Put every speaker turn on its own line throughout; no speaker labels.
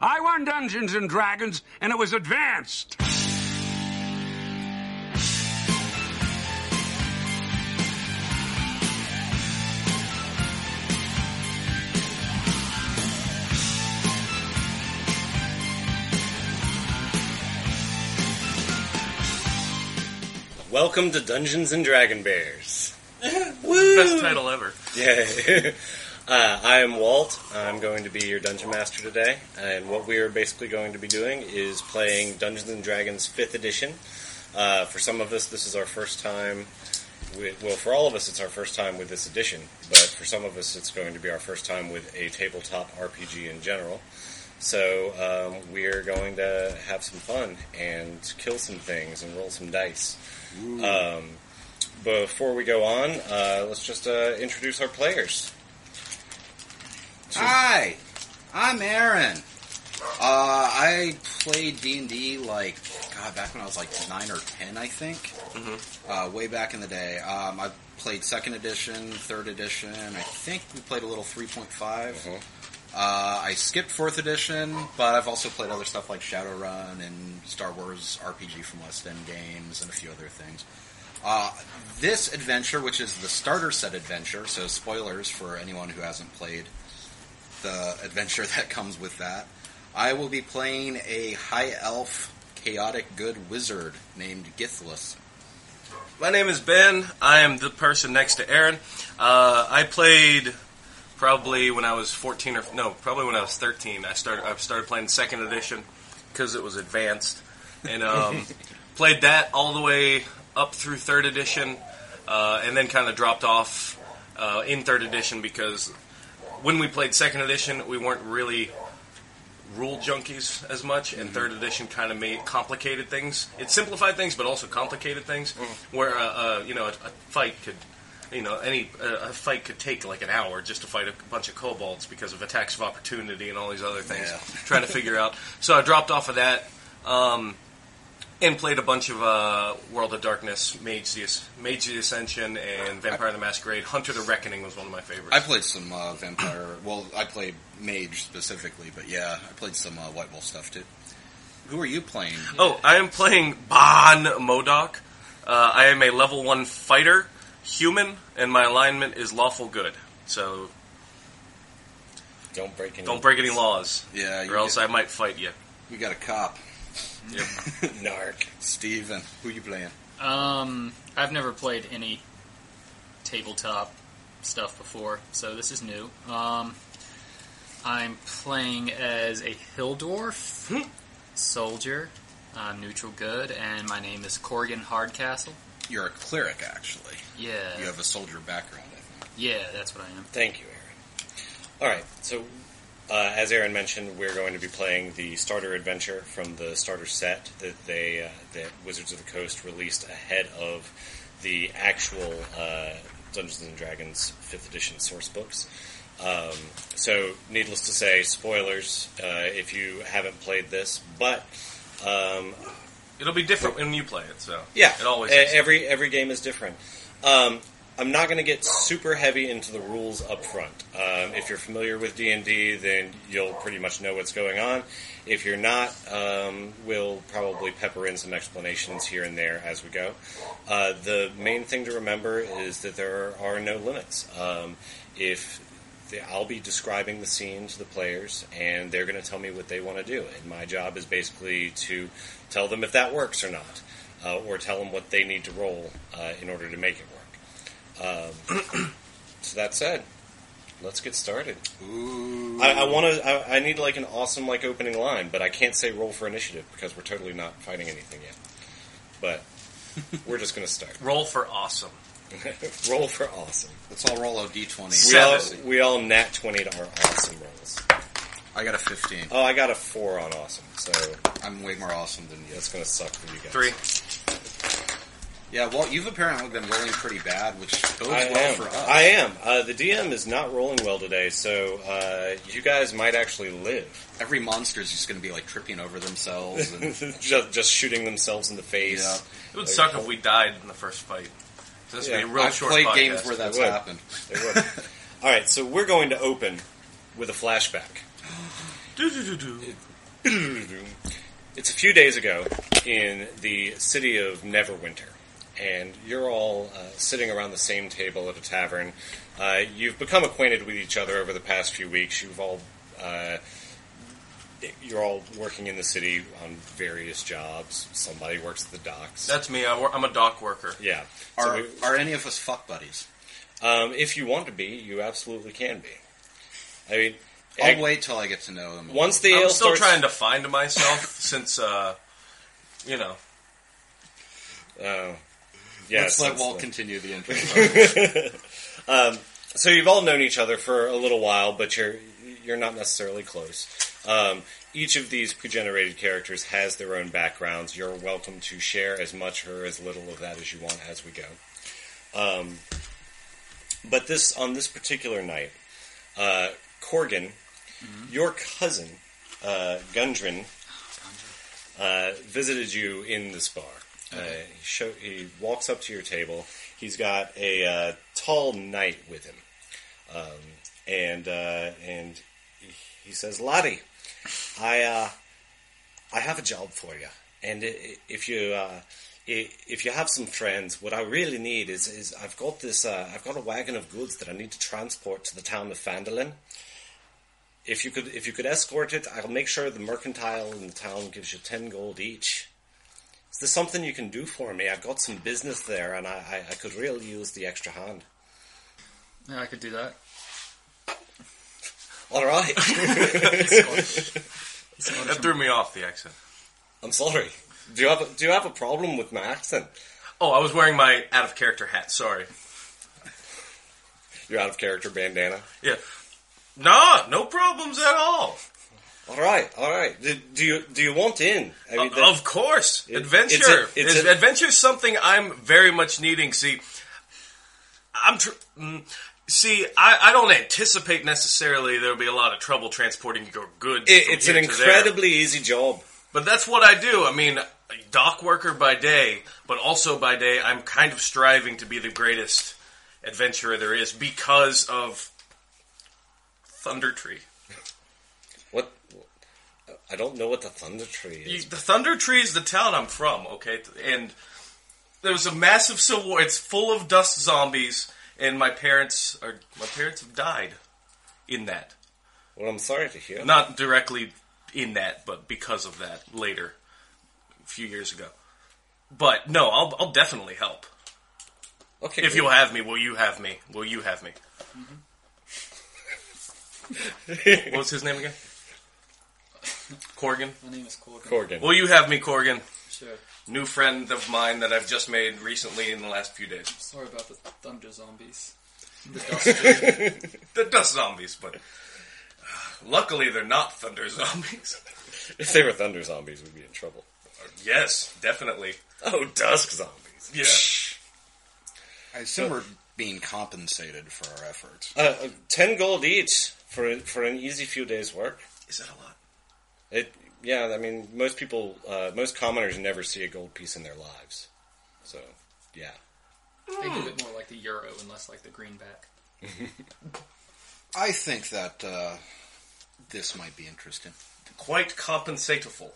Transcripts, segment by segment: on Dungeons and Dragons, and it was advanced.
Welcome to Dungeons and Dragon Bears.
Best title ever.
Yay. Uh, I am Walt. I'm going to be your dungeon master today, and what we are basically going to be doing is playing Dungeons and Dragons 5th edition. Uh, for some of us, this is our first time. With, well, for all of us, it's our first time with this edition, but for some of us, it's going to be our first time with a tabletop RPG in general. So um, we're going to have some fun and kill some things and roll some dice. Um, before we go on, uh, let's just uh, introduce our players.
Hi, I'm Aaron. Uh, I played D and D like God back when I was like nine or ten, I think. Uh, way back in the day, um, I played second edition, third edition. I think we played a little three
Mhm.
Uh, I skipped fourth edition, but I've also played other stuff like Shadowrun and Star Wars RPG from West End Games and a few other things. Uh, this adventure, which is the starter set adventure, so spoilers for anyone who hasn't played the adventure that comes with that. I will be playing a high elf, chaotic good wizard named Githlus.
My name is Ben. I am the person next to Aaron. Uh, I played probably when I was 14 or no, probably when I was 13. I started I started playing second edition because it was advanced, and um, played that all the way up through third edition, uh, and then kind of dropped off uh, in third edition because when we played second edition, we weren't really rule junkies as much, and third edition kind of made complicated things. It simplified things, but also complicated things, where uh, uh, you know a, a fight could, you know, any uh, a fight could take like an hour just to fight a bunch of kobolds because of attacks of opportunity and all these other things.
Yeah.
Trying to figure out, so I dropped off of that. Um, and played a bunch of uh, World of Darkness, Mage the, As- Mage the Ascension, and Vampire the Masquerade. Hunter the Reckoning was one of my favorites.
I played some uh, vampire. Well, I played mage specifically, but yeah, I played some uh, white wolf stuff too. Who are you playing?
Oh, I am playing Bon Modoc. Uh, I am a level one fighter, human, and my alignment is lawful good. So
Don't break any.
don't break any laws,
Yeah, you,
or else
get-
I might fight you.
you got a cop,
Narc.
Steven. Who you playing?
Um, I've never played any tabletop stuff before, so this is new. Um, I'm playing as a hill dwarf soldier. I'm neutral good, and my name is Corgan Hardcastle.
You're a cleric, actually.
Yeah,
You have a soldier background. I think.
yeah, that's what I am.
Thank you, Aaron. All right. So, uh, as Aaron mentioned, we're going to be playing the starter adventure from the starter set that they uh, that Wizards of the Coast released ahead of the actual uh, Dungeons and Dragons Fifth Edition source books. Um, so, needless to say, spoilers uh, if you haven't played this, but. Um,
It'll be different when you play it. So
Yeah,
it always
E-
is.
every every game is different. Um, I'm not going to get super heavy into the rules up front. Um, if you're familiar with D and D, then you'll pretty much know what's going on. If you're not, um, we'll probably pepper in some explanations here and there as we go. Uh, the main thing to remember is that there are no limits. Um, if the- I'll be describing the scene to the players, and they're going to tell me what they want to do. And my job is basically to tell them if that works or not, uh, or tell them what they need to roll uh, in order to make it work. Um, so that said, let's get started.
Ooh.
I, I want to. I, I need like an awesome like opening line, but I can't say roll for initiative because we're totally not fighting anything yet. But we're just going to start.
roll for awesome.
roll for awesome.
Let's all roll a d20.
We all,
Seven.
we all nat twenty to our awesome rolls.
I got a 15.
Oh, I got a four on awesome, so
I'm way more awesome than you.
that's gonna suck for you guys.
Three.
Yeah, Walt, you've apparently been rolling pretty bad, which bodes
I
well
am.
for us.
I am. Uh, the DM is not rolling well today, so uh, you guys might actually live.
Every monster's just going to be like tripping over themselves and
just, just shooting themselves in the face.
Yeah.
It would suck if we died in the first fight. So this would be
Yeah,
a real
I've
short
played
podcast.
games where that's
It would.
happened.
They would. All right, so we're going to open with a flashback.
Do, do, do, do.
It's a few days ago in the city of Neverwinter, and you're all uh, sitting around the same table at a tavern. Uh, you've become acquainted with each other over the past few weeks. You've all uh, you're all working in the city on various jobs. Somebody works at the docks.
That's me. I wor- I'm a dock worker.
yeah. So
Are,
we-
are any of us fuck buddies?
um, if you want to be, you absolutely can be. I mean,
I'll
I-
wait till I get to know them.
once the
Oh, I'm
ale
still
starts,
trying to find myself since, uh, you know,
Oh. yes,
Let's let
that's
Walt
the-
continue the intro.
so you've all known each other for a little while, but you're you're not necessarily close. Um, each of these pre-generated characters has their own backgrounds. You're welcome to share as much or as little of that as you want as we go. Um, but this on this particular night, uh, Corgan, your cousin uh, Gundren, uh, visited you in this bar. Uh, he, show, he walks up to your table. He's got a uh, tall knight with him, um, and uh, and he says, "Laddie, I uh, I have a job for you, and i- i- if you uh, i- if you have some friends, what I really need is is I've got this uh, I've got a wagon of goods that I need to transport to the town of Fandolin. If you could if you could escort it, I'll make sure the mercantile in the town gives you ten gold each." Is there something you can do for me? I've got some business there, and I, I, I could really use the extra hand.
Yeah, I could do that.
All right,
that threw me off the accent.
I'm sorry. Do you have a, do you have a problem with my accent?
Oh, I was wearing my out of character hat. Sorry.
You're out of character bandana.
Yeah. Nah, no problems at all.
All right, all right. Do, do you do you want in? I mean, that-
Uh, of course,
It-
adventure.
it's a- it's
Is-
a-
adventure's something I'm very much needing. See, I'm. Tr- mm, see, I, I don't anticipate necessarily there'll be a lot of trouble transporting your goods.
it-
from
it's
here
an
to there.
incredibly easy job.
But that's what I do. I mean, a dock worker by day, but also by day, I'm kind of striving to be the greatest adventurer there is because of Thunder Tree.
What? I don't know what the thunder tree
You-
is.
the Thunder Tree is the town I'm from, okay? And there was a massive civil war. It's full of dust zombies, and my parents are my parents have died in that.
Well, I'm sorry to hear.
Not directly in that, but because of that later, a few years ago. But no, I'll, I'll definitely help.
Okay,
If you'll have me, will you have me? Will you have me? what was his name again? Corgan.
My name is Corgan.
Corgan.
Will you have me, Corgan?
Sure.
new friend of mine that I've just made recently in the last few days.
Sorry about the thunder zombies. The dust.
They're dust zombies, but uh, luckily they're not thunder zombies.
if they were thunder zombies, we'd be in trouble.
yes, definitely.
Oh, dusk zombies.
Yeah.
I assume we're being compensated for our efforts.
Uh, uh, ten gold each for for an easy few days' work.
Is that a lot?
It, yeah, I mean, most people, uh, most commoners never see a gold piece in their lives. So, yeah.
they do it more like the euro and less like the greenback.
I think that uh, this might be interesting.
Quite compensatable.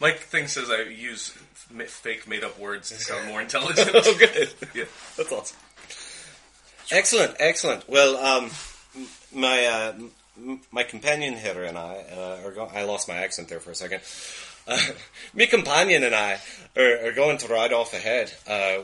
Mike thinks says I use m- fake made up words to sound more intelligent.
Oh, good.
Yeah.
That's awesome. Excellent, excellent. Well, um, m- my uh, m- my companion here and I uh, are going. I lost my accent there for a second. Uh, my companion and I are, are going to ride off ahead, uh,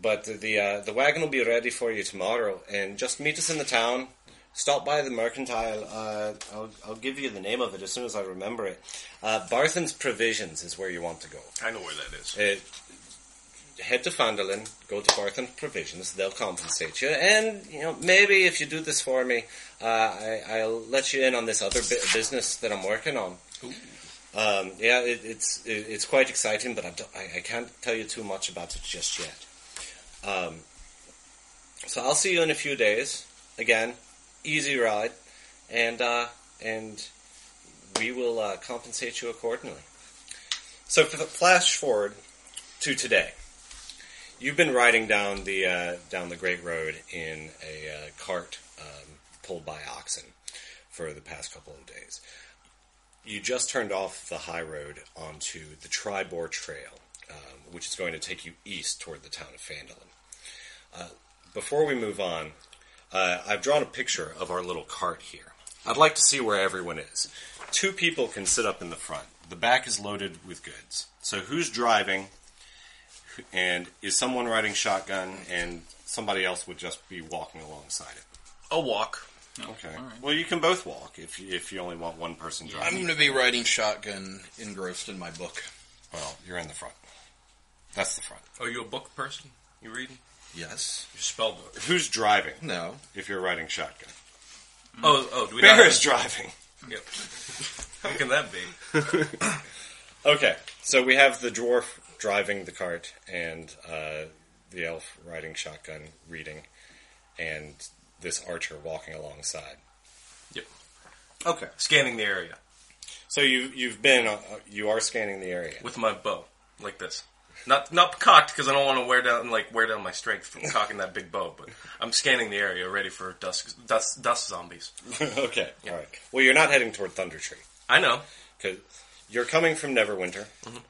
but the uh, the wagon will be ready for you tomorrow. And just meet us in the town. Stop by the mercantile. Uh, I'll, I'll give you the name of it as soon as I remember it. Uh, Barthen's Provisions is where you want to go.
I know where that is.
Uh, head to Fandolin, go to Barton Provisions. They'll compensate you, and you know maybe if you do this for me, uh, I, I'll let you in on this other bu- business that I'm working on. Um, yeah, it, it's it, it's quite exciting, but I, don't- I, I can't tell you too much about it just yet. Um, so I'll see you in a few days. Again, easy ride, and uh, and we will uh, compensate you accordingly. So f- flash forward to today. You've been riding down the uh, down the Great Road in a uh, cart um, pulled by oxen for the past couple of days. you just turned off the high road onto the Tribor Trail, um, which is going to take you east toward the town of Fandolin. Uh, before we move on, uh, I've drawn a picture of our little cart here. I'd like to see where everyone is. Two people can sit up in the front. The back is loaded with goods. So who's driving? And is someone riding shotgun? And somebody else would just be walking alongside it.
I'll walk.
Okay.
all right.
Well, you can both walk if you, if you only want one person
Yeah.
I'm
driving.
going to be riding shotgun, engrossed in my book.
Well, you're in the front. That's the front.
Are Oh, you a book person? You reading?
Yes.
You spell book.
Who's driving
No.
if you're riding shotgun?
Oh, oh, do we
Bear
not-
is driving.
Yep. How can that be?
Okay, so we have the dwarf driving the cart and uh, the elf riding shotgun reading, and this archer walking alongside.
Yep.
Okay,
Scanning the area
so you you've been uh, you are scanning the area.
with my bow, like this. Not not cocked because I don't want to wear down like wear down my strength from cocking that big bow. But I'm scanning the area, ready for dust dust dust zombies.
okay, all right. Well, you're not heading toward Thunder Tree
I know.
because you're coming from Neverwinter.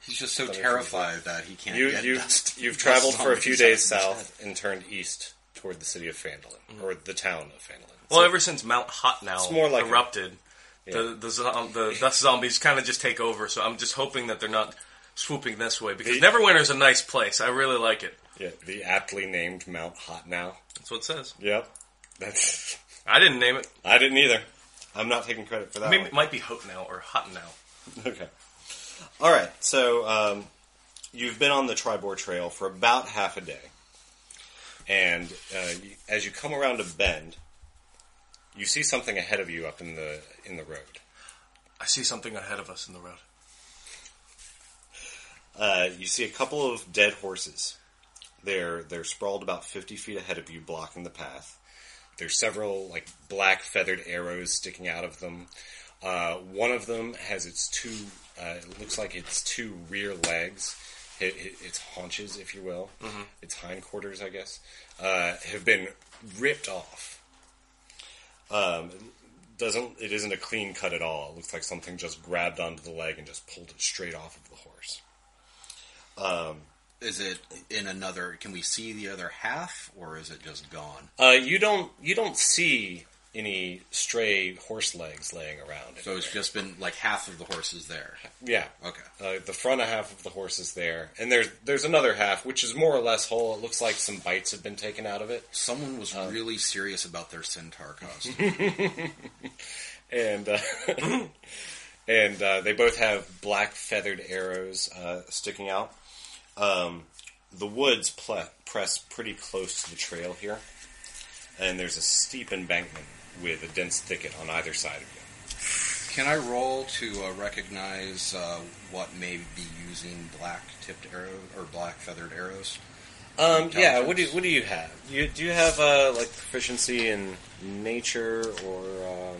He's just so terrified that he can't
You
get
you
dust.
you've
dust
traveled for a
zombies
few
out
days
of his head.
south and turned east toward the city of Fandolin or the town of Fandolin.
Well,
So-
ever since Mount Hot now
more like a-
erupted,
Yeah.
the the, zo- the dust zombies kind of just take over. So I'm just hoping that they're not swooping this way because
They-
Neverwinter's a nice place. I really like it.
yeah, the aptly named Mount Hot now.
That's what it says.
Yep, that's.
I didn't name it.
I didn't either. I'm not taking credit for that.
Maybe it
one.
might be Hot now or Hot now.
Okay. All right. So um, you've been on the Tribor Trail for about half a day, and uh, you, as you come around a bend, you see something ahead of you up in the in the road.
I see something ahead of us in the road.
Uh, you see a couple of dead horses. They're they're sprawled about fifty feet ahead of you, blocking the path. There's several like black feathered arrows sticking out of them. Uh, one of them has its two. Uh, it looks like its two rear legs, i i its haunches, if you will, its hindquarters, I guess, uh, have been ripped off. Um, it doesn't it isn't a clean cut at all. It looks like something just grabbed onto the leg and just pulled it straight off of the horse.
Is it in another? Can we see the other half, or is it just gone?
Uh, you don't you don't see any stray horse legs laying around.
So it's just been like half of the horses there.
yeah.
Okay.
Uh, the front half of the horse is there, and there's there's another half which is more or less whole. It looks like some bites have been taken out of it,
Someone was
Um,
really serious about their centaur costume.
and uh, and uh, they both have black feathered arrows uh, sticking out. Um, the woods ple- press pretty close to the trail here, and there's a steep embankment with a dense thicket on either side of you.
Can I roll to uh, recognize uh, what may be using black tipped arrow or black feathered arrows?
Um, yeah. What do
Intelligence.
What do you have? You do you have uh, like proficiency in nature or? Um,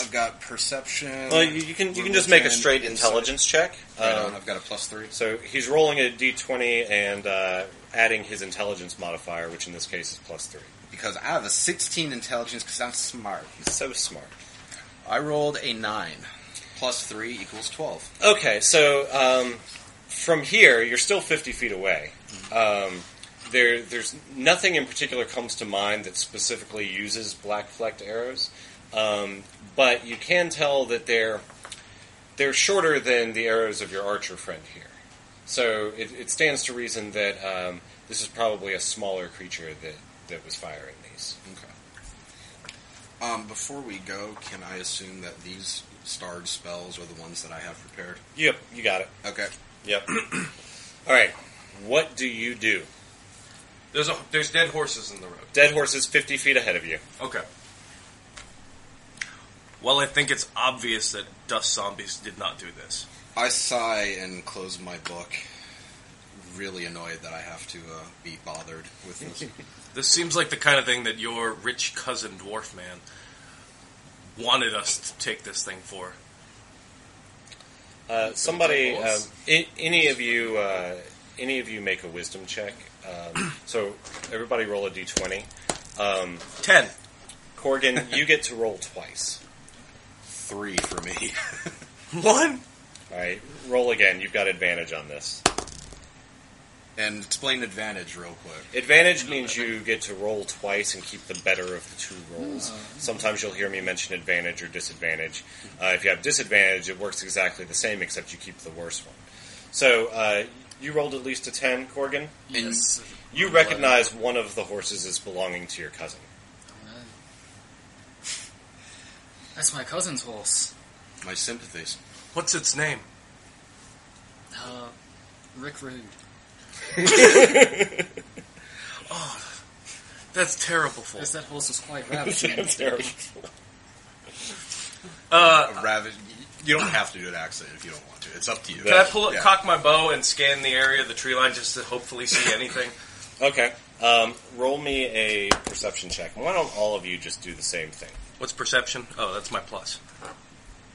I've got perception.
well, you, you can you can just make a
religion,
straight
insight.
intelligence check.
Right
Um,
on, I've got a plus three.
so he's rolling a d twenty and uh, adding his intelligence modifier, which in this case is plus three.
Because I have a 16 intelligence because I'm smart.
So smart.
I rolled a 9. Plus 3 equals 12.
Okay, so um, from here, you're still 50 feet away. Um, there, there's nothing in particular comes to mind that specifically uses black flecked arrows, um, but you can tell that they're they're shorter than the arrows of your archer friend here. So it, it stands to reason that um, this is probably a smaller creature that, that was firing these.
Okay. Um, before we go, can I assume that these starred spells are the ones that I have prepared?
Yep, you got it.
Okay.
Yep. All right. What do you do?
There's a, there's dead horses in the road.
Dead horse is 50 feet ahead of you.
Okay. Well, I think it's obvious that dust zombies did not do this.
I sigh and close my book. Really annoyed that I have to uh, be bothered with this.
This seems like the kind of thing that your rich cousin dwarf man wanted us to take this thing for.
Uh, somebody, um,
Examples?
I- any of you, uh, any of you, make a wisdom check. Um, so everybody roll a d20. Um,
Ten.
Corgan, you get to roll twice.
Three for me.
One.
All right, roll again. You've got advantage on this.
And explain advantage real quick.
Advantage means you get to roll twice and keep the better of the two rolls. Sometimes you'll hear me mention advantage or disadvantage. Uh, if you have disadvantage, it works exactly the same, except you keep the worse one. So uh, you rolled at least a 10, Corgan.
Yes.
You recognize one of the horses as belonging to your cousin.
Alright. That's my cousin's horse.
My sympathies.
What's its name?
Uh, Rick Rude.
That's terrible. For
Yes, that horse was quite ravishing.
That's terrible.
uh,
A ravage. You don't have to do an accident if you don't want to. It's up to you.
can I pull up,
Yeah.
cock my bow, and scan the area of the tree line just to hopefully see anything?
Okay. Um, roll me a perception check. Why don't all of you just do the same thing?
What's perception? Oh, that's my plus.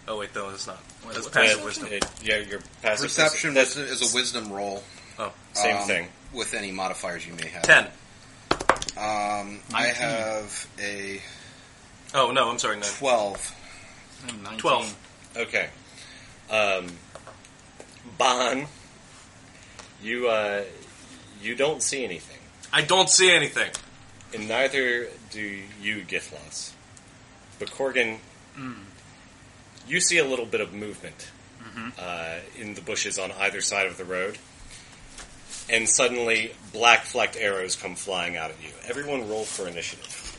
Oh wait, no, that's not.
Wait,
That's
what-
passive
Uh,
wisdom.
it- yeah, your passive
Perception
That's
is a, is a wisdom roll.
Oh,
same
um,
thing.
With any modifiers you may have.
ten.
Um, I have a
Oh no, I'm sorry, nine.
12.
I'm 19.
Twelve.
Okay. Um, Bon, you uh, you don't see anything,
I don't see anything.
and neither do you, Githloss. But Corgan,
Mm.
you see a little bit of movement
Mm-hmm.
uh, in the bushes on either side of the road, and suddenly black flecked arrows come flying out at you. Everyone, roll for initiative.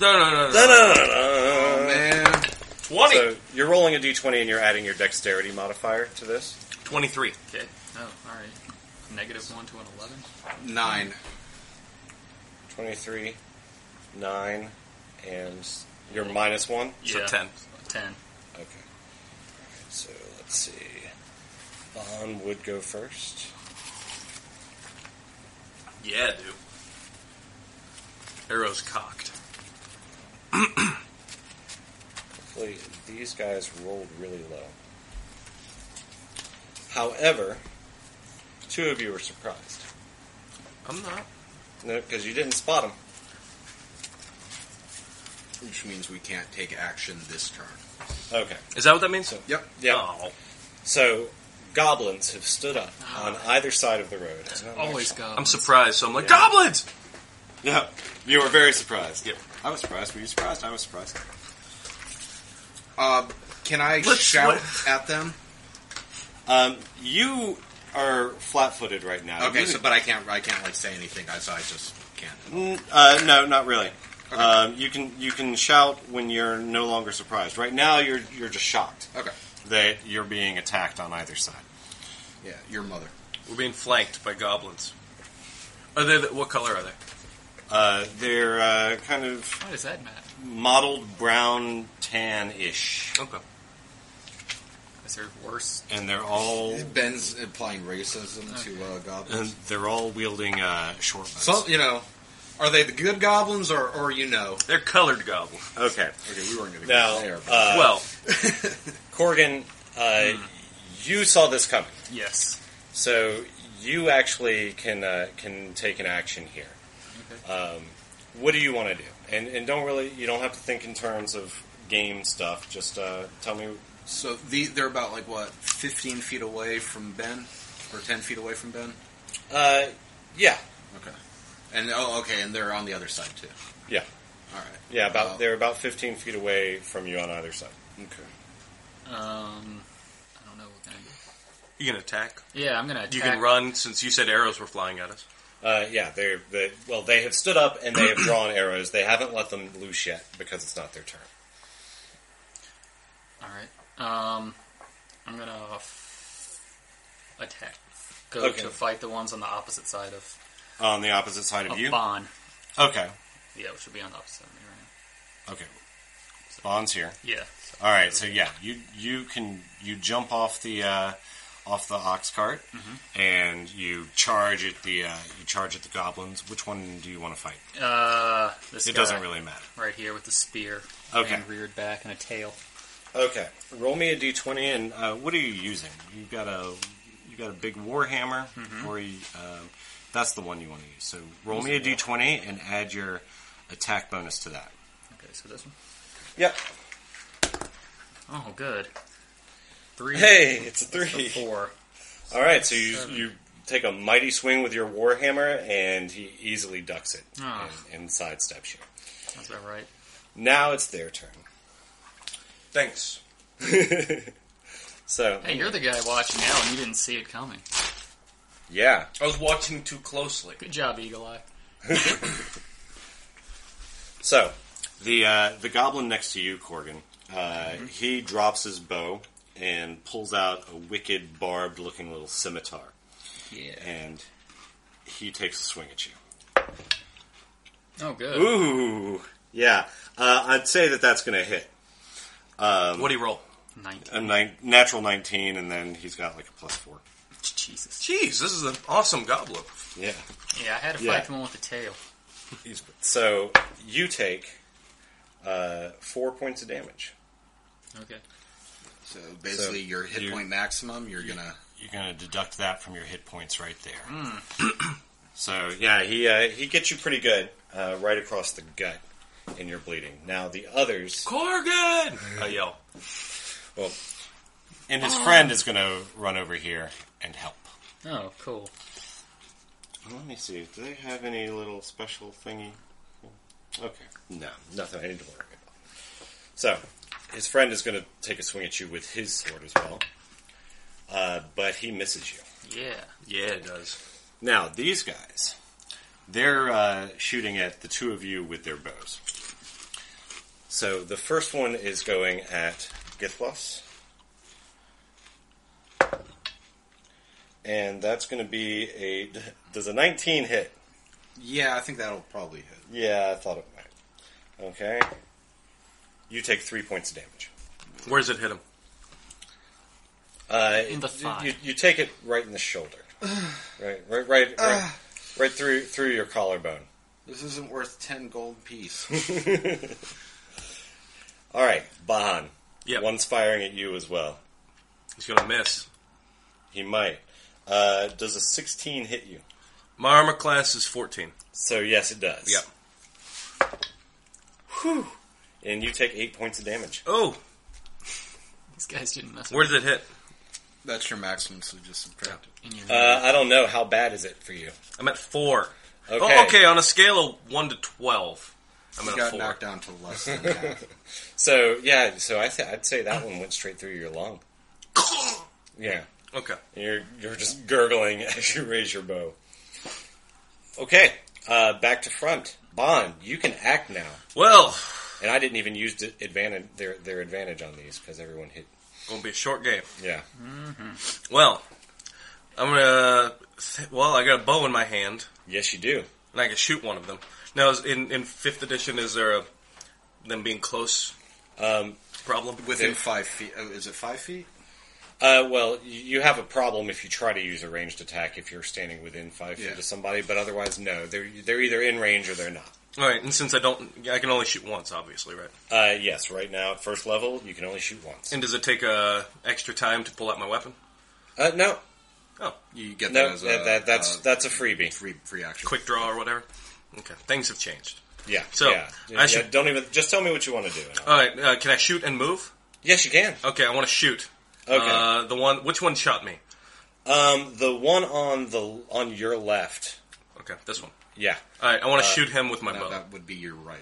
No, no, no, no.
Da-da-da-da.
Oh, man.
Twenty.
So you're rolling a d20 and you're adding your dexterity modifier to this.
Twenty-three.
Okay. Oh, alright. Negative 1 to an 11.
9.
23, 9, and you're minus 1?
So
yeah.
ten.
10.
Okay. So let's see. Vaughn would go first.
Yeah, dude. Arrows cocked.
Hopefully, these guys rolled really low. However, two of you were surprised.
I'm not.
No, because you didn't spot them.
Which means we can't take action this turn.
Okay.
Is that what that means?
So-
Yep.
Yeah.
Oh.
So, goblins have stood up on either side of the road. It's not
Always
actually-
goblins.
I'm surprised, so I'm like,
Yeah.
goblins!
No, you were very surprised.
Yep.
I was surprised. Were you surprised? I was surprised.
Uh, can I
Let's-
shout
what-
at them?
Um, you are flat-footed right now.
Okay,
You-
so but I can't I can't like say anything. I so I just can't.
Mm, uh, no, not really. Um, you can you can shout when you're no longer surprised. Right now, you're you're just shocked
Okay.
that you're being attacked on either side.
Yeah, your mother.
We're being flanked by goblins. Are they, the, what color are they?
Uh, they're uh, kind of
Why does that matter?
mottled brown tan ish,
Okay.
Is there worse?
and they're all
Oh. Ben's applying racism to uh,
and
goblins.
they're all wielding uh, short bows.
So you know, are they the good goblins or or you know?
They're colored goblins.
okay,
Okay, we weren't going to
Now,
go there. But
uh,
well,
Corgan, uh, you saw this coming,
Yes.
so you actually can uh, can take an action here. Um, what do you want to do? And and don't really you don't have to think in terms of game stuff. Just uh, tell me.
so the, they're about like what, fifteen feet away from Ben, or ten feet away from Ben.
Uh, yeah,
Okay. And oh, okay, and they're on the other side too.
yeah,
All right.
yeah. About
Well,
they're about fifteen feet away from you on either side.
Okay.
Um, I don't know what kind of...
you can attack.
Yeah, I'm gonna attack.
You can run since you said arrows were flying at us.
Uh, yeah, they're they, well. They have stood up and they have drawn arrows. They haven't let them loose yet because it's not their turn.
Alright. Um, I'm gonna f- attack. Go
Okay.
to fight the ones on the opposite side of,
On the opposite side
of Bon.
Okay.
Yeah, which would be on the opposite side of me right
Okay. Bond's here.
now. Yeah. So,
All right. So yeah, you you can you jump off the uh, off the ox cart Mm-hmm. and you charge at the uh, you charge at the goblins. Which one do you want to fight?
uh, this
It
guy
doesn't really matter.
right here with the spear
Okay.
and reared back and a tail.
Okay. Roll me a d20, and uh, what are you using? You've got a you got a big warhammer, or you, um, that's the one you want to use. So roll me a d20 and add your attack bonus to that.
Okay, so this one.
Yep.
Oh, good. three.
Hey, it's a
for
three.
four.
All right, so you
Seven.
you take a mighty swing with your warhammer, and he easily ducks it
Ah.
and, and sidesteps you.
That's about right.
Now it's their turn.
Thanks.
so
Hey, you're the guy watching now, and you didn't see it coming.
yeah,
I was watching too closely.
Good job, Eagle Eye.
so the uh, the goblin next to you, Corgan, uh, he drops his bow and pulls out a wicked barbed looking little scimitar,
Yeah.
and he takes a swing at you.
Oh, good.
Ooh, yeah, uh, I'd say that that's going to hit.
what do you roll?
Nineteen.
A nine, natural nineteen, and then he's got like a plus four.
Jesus.
Jeez, this is an awesome goblin.
Yeah.
Yeah, I had to fight
Yeah.
the one with the tail.
So you take uh, four points of damage.
Okay.
So basically,
So
your hit
you-
point maximum, you're gonna.
You're gonna deduct that from your hit points right there. Hmm. so yeah, he uh, he gets you pretty good, uh, right across the gut, and you're bleeding. Now the others, Uh,
Corgan! I yell.
well, and his friend is gonna run over here and help.
Oh, cool.
Let me see. Do they have any little special thingy? Okay. No, nothing. I need to worry about. So, his friend is going to take a swing at you with his sword as well, uh, but he misses you.
Yeah.
Yeah, it does.
Now, these guys, they're uh, shooting at the two of you with their bows. So, the first one is going at Githlos. And that's going to be a. Does a 19 hit?
Yeah, I think that'll probably hit.
Yeah, I thought it might. Okay. You take three points of damage.
Where does it hit him?
Uh,
In the
you-
thigh.
You, you take it right in the shoulder. right, right, right, right, right through through your collarbone.
This isn't worth ten gold piece.
All right, Bahan.
Yep.
One's firing at you as well.
He's gonna miss.
He might. Uh, does a 16 hit you?
My armor class is 14.
So yes, it does.
Yep.
And you take eight points of damage.
Oh,
These guys didn't mess
where did it hit?
That's your maximum, so just subtract it.
with in your
Uh, I don't know how bad is it for you.
I'm at 4.
Okay.
Oh, okay, on a scale of 1 to 12, I'm
You
at a
got
4.
knocked down to less than half.
So yeah, so I th- I'd say that one went straight through your lung. Yeah.
Okay.
You're you're just gurgling as you raise your bow. Okay, uh, back to front. Bond, you can act now,
Well,
and I didn't even use the advantage their their advantage on these because everyone hit.
gonna be a short game.
Yeah,
Well, I'm gonna. Th- well, I got a bow in my hand,
yes, you do.
and I can shoot one of them. Now, is- in in fifth edition, is there a them being close
Um,
problem?
Within five feet. Oh, is it five feet?
uh, well, you- you have a problem if you try to use a ranged attack if you're standing within five feet
Yeah.
of somebody, but otherwise, no, they're they're either in range or they're not.
All right, and since I don't, I can only shoot once, obviously, right?
Uh, yes, right now at first level, you can only shoot once.
And does it take uh, extra time to pull out my weapon?
Uh, no,
Oh,
You get that
no,
as a
that, that, that's
uh,
that's a freebie.
free free action.
quick draw or whatever. Okay, things have changed.
Yeah.
So,
yeah.
I
Yeah,
should-
don't even just tell me what you want to do. and I'll-
All right, uh, can I shoot and move?
Yes, you can.
Okay, I want to shoot.
Okay.
Uh, the one, which one shot me?
Um, the one on the on your left.
Okay, this one.
Yeah.
All right, I
Uh,
want to shoot him with my
No,
bow.
that would be your right.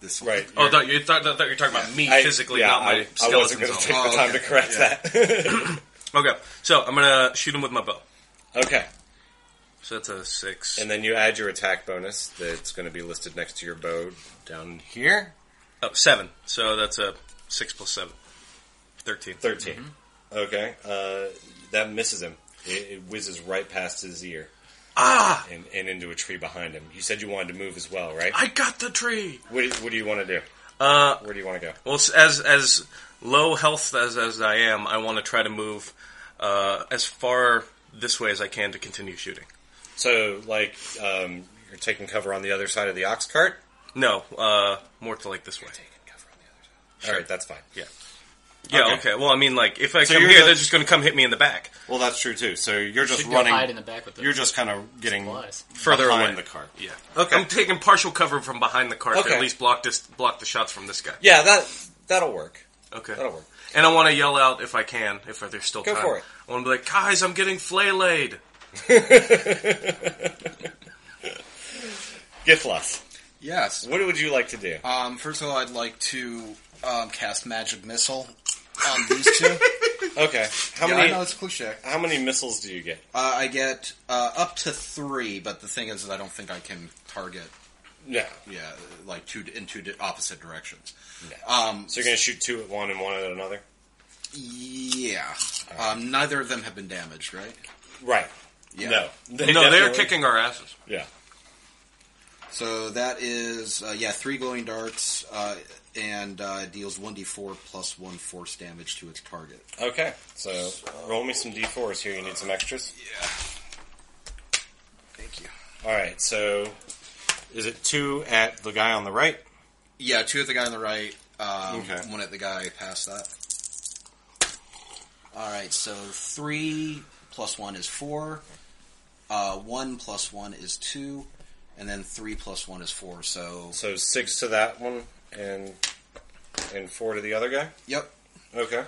This one.
Right.
Oh, I thought you, I thought, I thought you were talking about me
I-
physically,
yeah,
not my
I, I wasn't
skeleton.
going to take
zone.
Oh,
the time
okay.
to correct
Yeah.
that.
Okay, so I'm gonna shoot him with my bow.
okay.
So that's a six.
And then you add your attack bonus that's going to be listed next to your bow down here.
oh, seven. So that's a six plus seven. Thirteen.
13.
Mm-hmm.
Okay. Uh, that misses him. It, it whizzes right past his ear
Ah!
and, and into a tree behind him. You said you wanted to move as well, right?
I got the tree.
What, do- what do you want to do?
Uh,
Where do you want to go?
well, s- as as low health as as I am, I want to try to move uh, as far this way as I can to continue shooting.
So, like, um, you're taking cover on the other side of the ox cart?
No, uh, more to like this way.
cover on the other side. All right, that's fine.
Yeah. Yeah.
Okay.
Okay. Well, I mean, like, if I
So
come
you're
here,
the-
they're just going to come hit me in the back.
Well, that's true too. So you're just
should go
running.
hide in the back with the
you're just kind of getting
supplies.
Further
behind the
away.
cart.
Yeah.
Okay.
I'm taking partial cover from behind the cart
Okay.
to at least block this block the shots from this guy.
Yeah, that that'll work.
Okay.
That'll work.
And I want to yell out if I can, if there's still
Go
time.
for it.
I want to be like, guys, I'm getting flaylaid.
Githlas,
Yes.
what would you like to do?
Um, first of all, I'd like to um, cast magic missile on these two.
Okay. How
yeah, I
many
know it's cliche.
how many missiles do you get?
Uh, I get uh, up to three, but the thing is, that I don't think I can target.
Yeah.
Yeah, like two in two di- opposite directions.
Yeah.
Um,
So you're going to shoot two at one and one at another?
yeah. Um, neither of them have been damaged, right?
Right.
Yeah.
No. They
no, they're
definitely-
kicking our asses.
Yeah.
So that is uh, yeah, three glowing darts, uh, and uh, it deals one d four plus one force damage to its target.
Okay. So roll me some d4s here. You need some extras?
Yeah. Thank you.
All right. So is it two at the guy on the right?
Yeah, two at the guy on the right, um,
Okay.
one at the guy past that. All right, so three plus one is four, uh, one plus one is two, and then three plus one is four. So,
So six to that one and and four to the other guy?
yep.
Okay.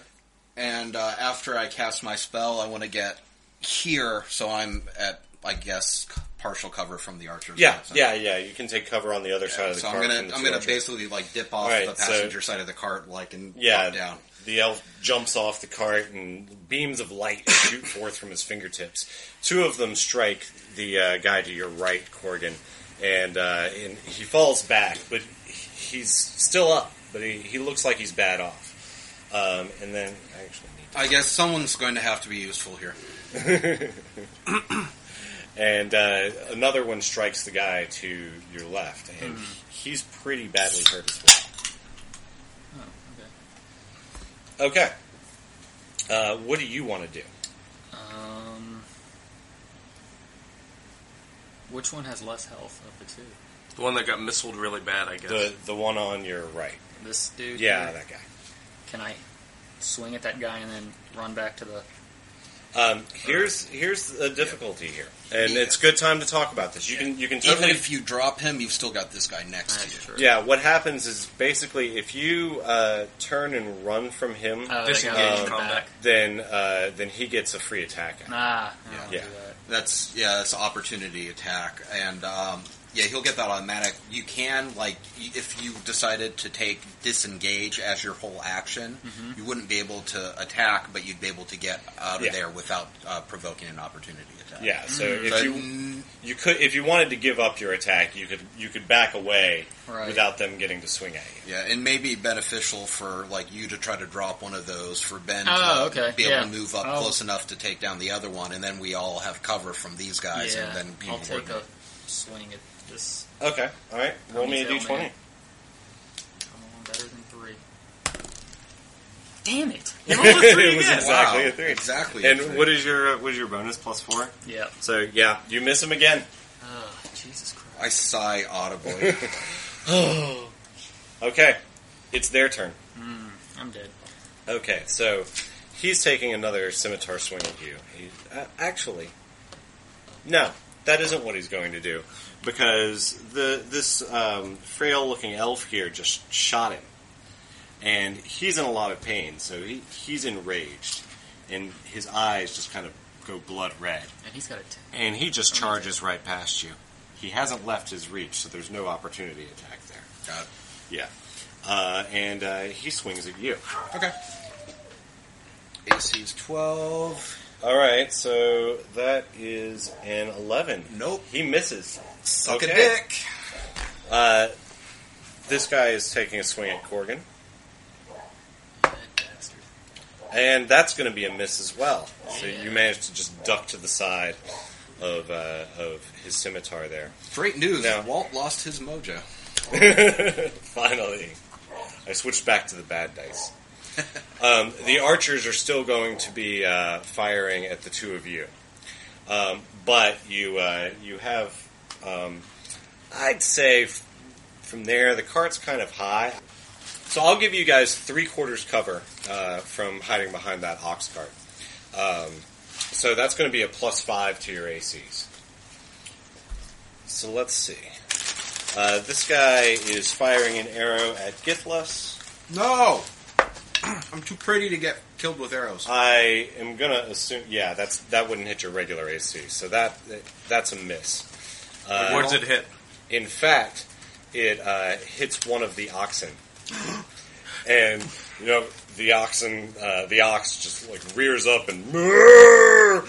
And uh, after I cast my spell, I want to get here, so I'm at, I guess, c- partial cover from the archers.
Yeah,
So-
yeah, yeah. You can take cover on the other side of the
So I'm
cart.
gonna
from the
I'm gonna
torture.
basically like dip off
Alright,
the
so-
passenger side of the cart like and
Yeah,
drop down.
the elf jumps off the cart and beams of light shoot forth from his fingertips. Two of them strike the uh, guy to your right, Corgan, and uh, and he falls back, but he's still up. But he, he looks like he's bad off. Um, and then I actually need
I guess someone's going to have to be useful here.
and uh, another one strikes the guy to your left, and
Hmm.
he's pretty badly hurt as well.
Oh, okay.
Oh,
Okay, uh, what do you want to do?
Um, which one has less health of the two?
The one that got missiled really bad, I guess.
The the one on your right,
This dude.
yeah,
here?
that guy.
Can I swing at that guy and then run back to the?
Um, here's here's the difficulty here, and it's a good time to talk about this. You can you can
Even
totally
if you drop him, you've still got this guy next to
That's
you.
true.
yeah. What happens is basically if you uh, turn and run from him, um,
Oh, that guy
Disengage
in the
combat.
back.
then uh, then he gets a free attack.
Nah. I don't
Yeah.
do that.
That's yeah, that's opportunity attack, and um, yeah, he'll get that automatic. You can like y- if you decided to take disengage as your whole action,
Mm-hmm.
you wouldn't be able to attack, but you'd be able to get out of
Yeah.
there without uh, provoking an opportunity attack.
Yeah. So
Mm.
But
if you you could if you wanted to give up your attack, you could you could back away
Right.
without them getting to swing at you.
Yeah, it may be beneficial for like you to try to drop one of those for Ben to
Oh, okay,
be
yeah. Oh.
able to move up
I'll-
close enough to take down the other one, and then we all have cover from these guys,
yeah.
and then you
I'll
can
take a
coordinate.
swing at this.
Okay. All right. Roll me a
Ponytail
d twenty.
man. Come on, better than three. Damn it!
it was
again.
exactly
Wow,
a three.
exactly a
And
three.
what is your what is your bonus plus four?
Yeah.
So yeah, you miss him again.
Oh, Jesus Christ.
I sigh audibly.
Okay, it's their turn.
I'm dead.
Okay, so he's taking another scimitar swing at you. He, uh, actually, no, that isn't what he's going to do because the this um, frail-looking elf here just shot him, and he's in a lot of pain. So he, he's enraged, and his eyes just kind of go blood red,
And he's got a ten.
and he just charges right past you. He hasn't left his reach, so there's no opportunity attack there.
Got it.
Yeah. Uh, and uh, he swings at you.
Okay. AC is twelve.
All right, so that is an 11.
Nope.
He misses.
Suck
Okay.
a dick.
Uh, this guy is taking a swing at Corgan,
That bastard.
and that's going to be a miss as well. So you managed to just duck to the side of uh, of his scimitar there.
Great news.
No.
Walt lost his mojo.
Finally, I switched back to the bad dice. Um, the archers are still going to be uh, firing at the two of you, um, but you uh, you have, um, I'd say, f- from there the cart's kind of high, so I'll give you guys three quarters cover uh, from hiding behind that ox cart. Um, so that's going to be a plus five to your ACs. So let's see. Uh, this guy is firing an arrow at Githlas.
No. I'm too pretty to get killed with arrows.
I am gonna assume. Yeah, that's that wouldn't hit your regular AC, so that that's a miss. Uh,
Where does it hit?
In fact, it uh, hits one of the oxen, and you know the oxen, uh, the ox just like rears up and "Murr!"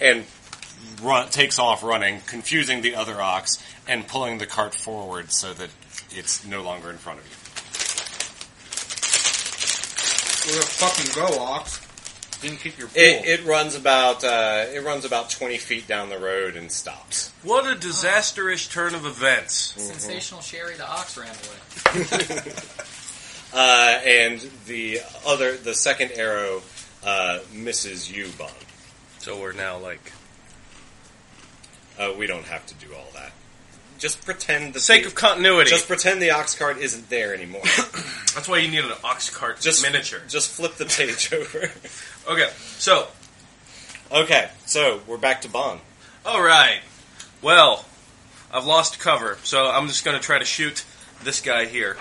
and run, takes off running, confusing the other ox and pulling the cart forward so that it's no longer in front of you.
Where the fucking go, Ox? Didn't keep your pool.
It, it runs about uh, it runs about twenty feet down the road and stops.
What a disastrous turn of events.
Sensational Sherry the ox ran away.
Uh, and the other the second arrow uh, misses you, Bond.
So we're now like,
Uh, we don't have to do all that. Just pretend the
the sake of continuity.
just pretend the ox cart isn't there anymore.
that's why you need an ox cart
Just
miniature.
Just flip the page over.
Okay, so
okay, so we're back to Bond.
all right, well, I've lost cover, so I'm just going to try to shoot this guy here,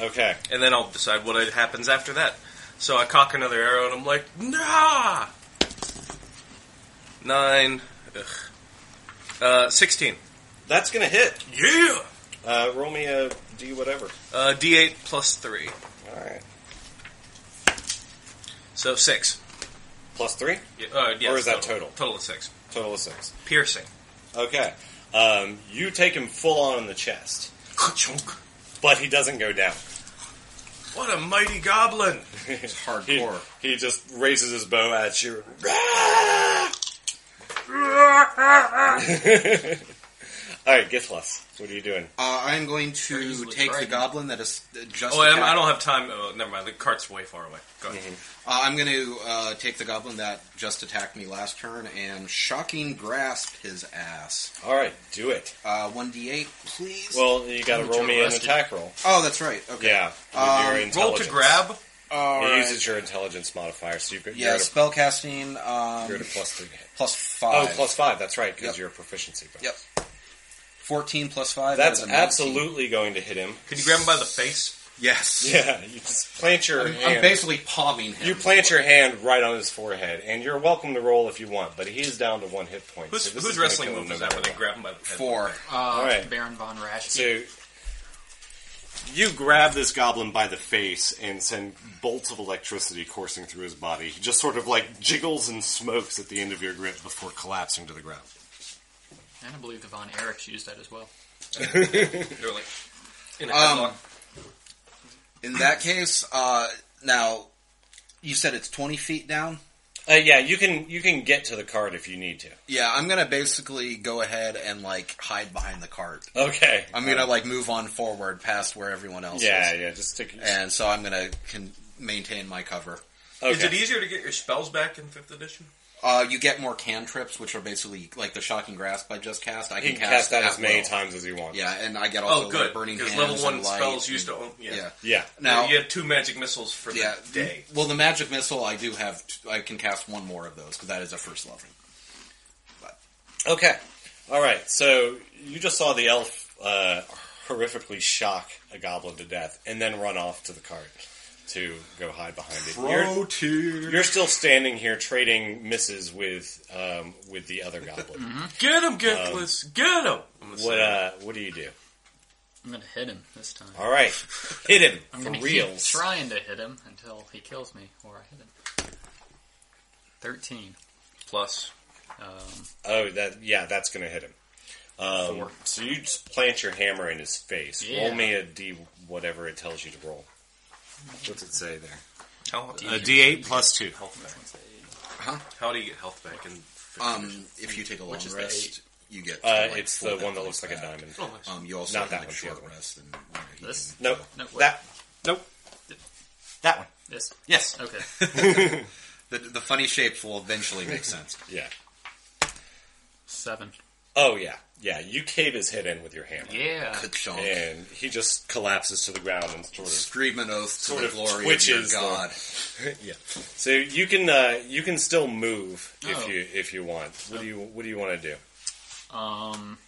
Okay,
and then I'll decide what happens after that. So I cock another arrow, and I'm like, nah. Nine, ugh. Uh, sixteen.
that's gonna hit.
Yeah.
Uh, roll me a d whatever.
Uh, D8 plus three,
All right,
so six.
plus three,
Yeah, Uh, yes,
Or is that total?
Total of six.
total of six.
Piercing.
Okay, um, you take him full on in the chest, but he doesn't go down.
What a mighty goblin!
It's hardcore.
He just raises his bow at you. All right, Githlus, what are you doing?
Uh, I'm going
Trees
to
with
take the
dragon.
goblin that is that just.
Oh, I'm,
attacked-
I don't have time. Oh, never mind. The cart's way far away. Go ahead.
Mm-hmm.
Uh, I'm going to uh, take the goblin that just attacked me last turn and shocking grasp his ass.
All right, do it.
Uh, 1d8, please.
Well, you got to
Oh,
roll me an
arrested.
attack roll.
oh, that's right. Okay.
Yeah, with
Um,
your
Roll
intelligence.
to grab.
All
It
right.
uses your intelligence modifier, so you've got
yeah,
you're, at
spellcasting.
a,
Um,
you're at a plus three.
plus
Oh,
five.
plus five. That's right, because
Yep.
you're a proficiency. bonus.
Yep. 14 plus five. that
That's
is a 19.
absolutely going to hit him.
Can you grab him by the face?
Yes.
Yeah, you just plant your
I'm,
hand.
I'm basically palming him.
you plant your hand right on his forehead, and you're welcome to roll if you want, but he is down to one hit point.
Who's,
so this is
whose
gonna
wrestling
kill him
move
no
is that
matter
where they
what.
grab him by the head?
Four.
Uh,
right.
Baron von Rasch.
So you grab this goblin by the face and send bolts of electricity coursing through his body. He just sort of like jiggles and smokes at the end of your grip before collapsing to the ground.
And I believe the von Erichs used that as well.
They're like in a
Um,
headlock.
in that case, uh, now you said it's 20 feet down.
Uh, yeah, you can you can get to the card if you need to.
Yeah, I'm gonna basically go ahead and like hide behind the cart.
Okay.
I'm gonna like move on forward past where everyone else
yeah,
is,
yeah. Just take.
and so I'm gonna can maintain my cover.
okay.
Is it easier to get your spells back in fifth edition?
Uh, you get more cantrips, which are basically like the shocking grasp I just cast. I
He
can
can cast that
at
as many
will.
times as he wants.
Yeah, and I get also
Oh,
like
good.
burning
Because
hands
level one
and light
spells
and-
used to own. Yeah.
yeah.
Yeah.
Now,
you have two magic missiles for
yeah,
the day.
Well, the magic missile I do have. T- I can cast one more of those because that is a first level.
Okay. All right. So you just saw the elf uh, horrifically shock a goblin to death and then run off to the cart to go hide behind it. You're-
tier.
You're still standing here trading misses with um, with the other goblin.
Get him, Gitlis! get him! I'm gonna
What
say-
uh, what do you do?
I'm going to hit him this time.
All right, hit him
I'm
for
gonna keep
reals.
trying to hit him until he kills me or I hit him. 13.
Plus.
Um,
Oh, that yeah, that's gonna hit him. Um,
Four.
so you just plant your hammer in his face.
Yeah.
Roll me a d whatever it tells you to roll. What's it say there?
How,
A d eight plus two.
health back.
Huh?
How do you get health back in fifth edition?
Um, if you take a long
is the
rest, you get. to,
Uh,
like,
it's
full
the one that
health
looks like a
back.
diamond.
Oh, nice.
Um, you also
Not
have
that one,
like,
the
short
other one.
rest and you know, you
This?
can-
Nope.
No, wait.
that. Nope. That one.
this.
Yes.
Okay.
The, the funny shapes will eventually make sense.
Yeah.
Seven.
Oh yeah. Yeah. You cave his head in with your hammer,
Yeah.
Good chunk.
and he just collapses to the ground and sort of
Scream an oath to
Sort
the
of
glory
twitches
of your God.
yeah. So you can uh, you can still move if
Oh.
you if you want. What
Oh.
do you what do you want to do?
Um.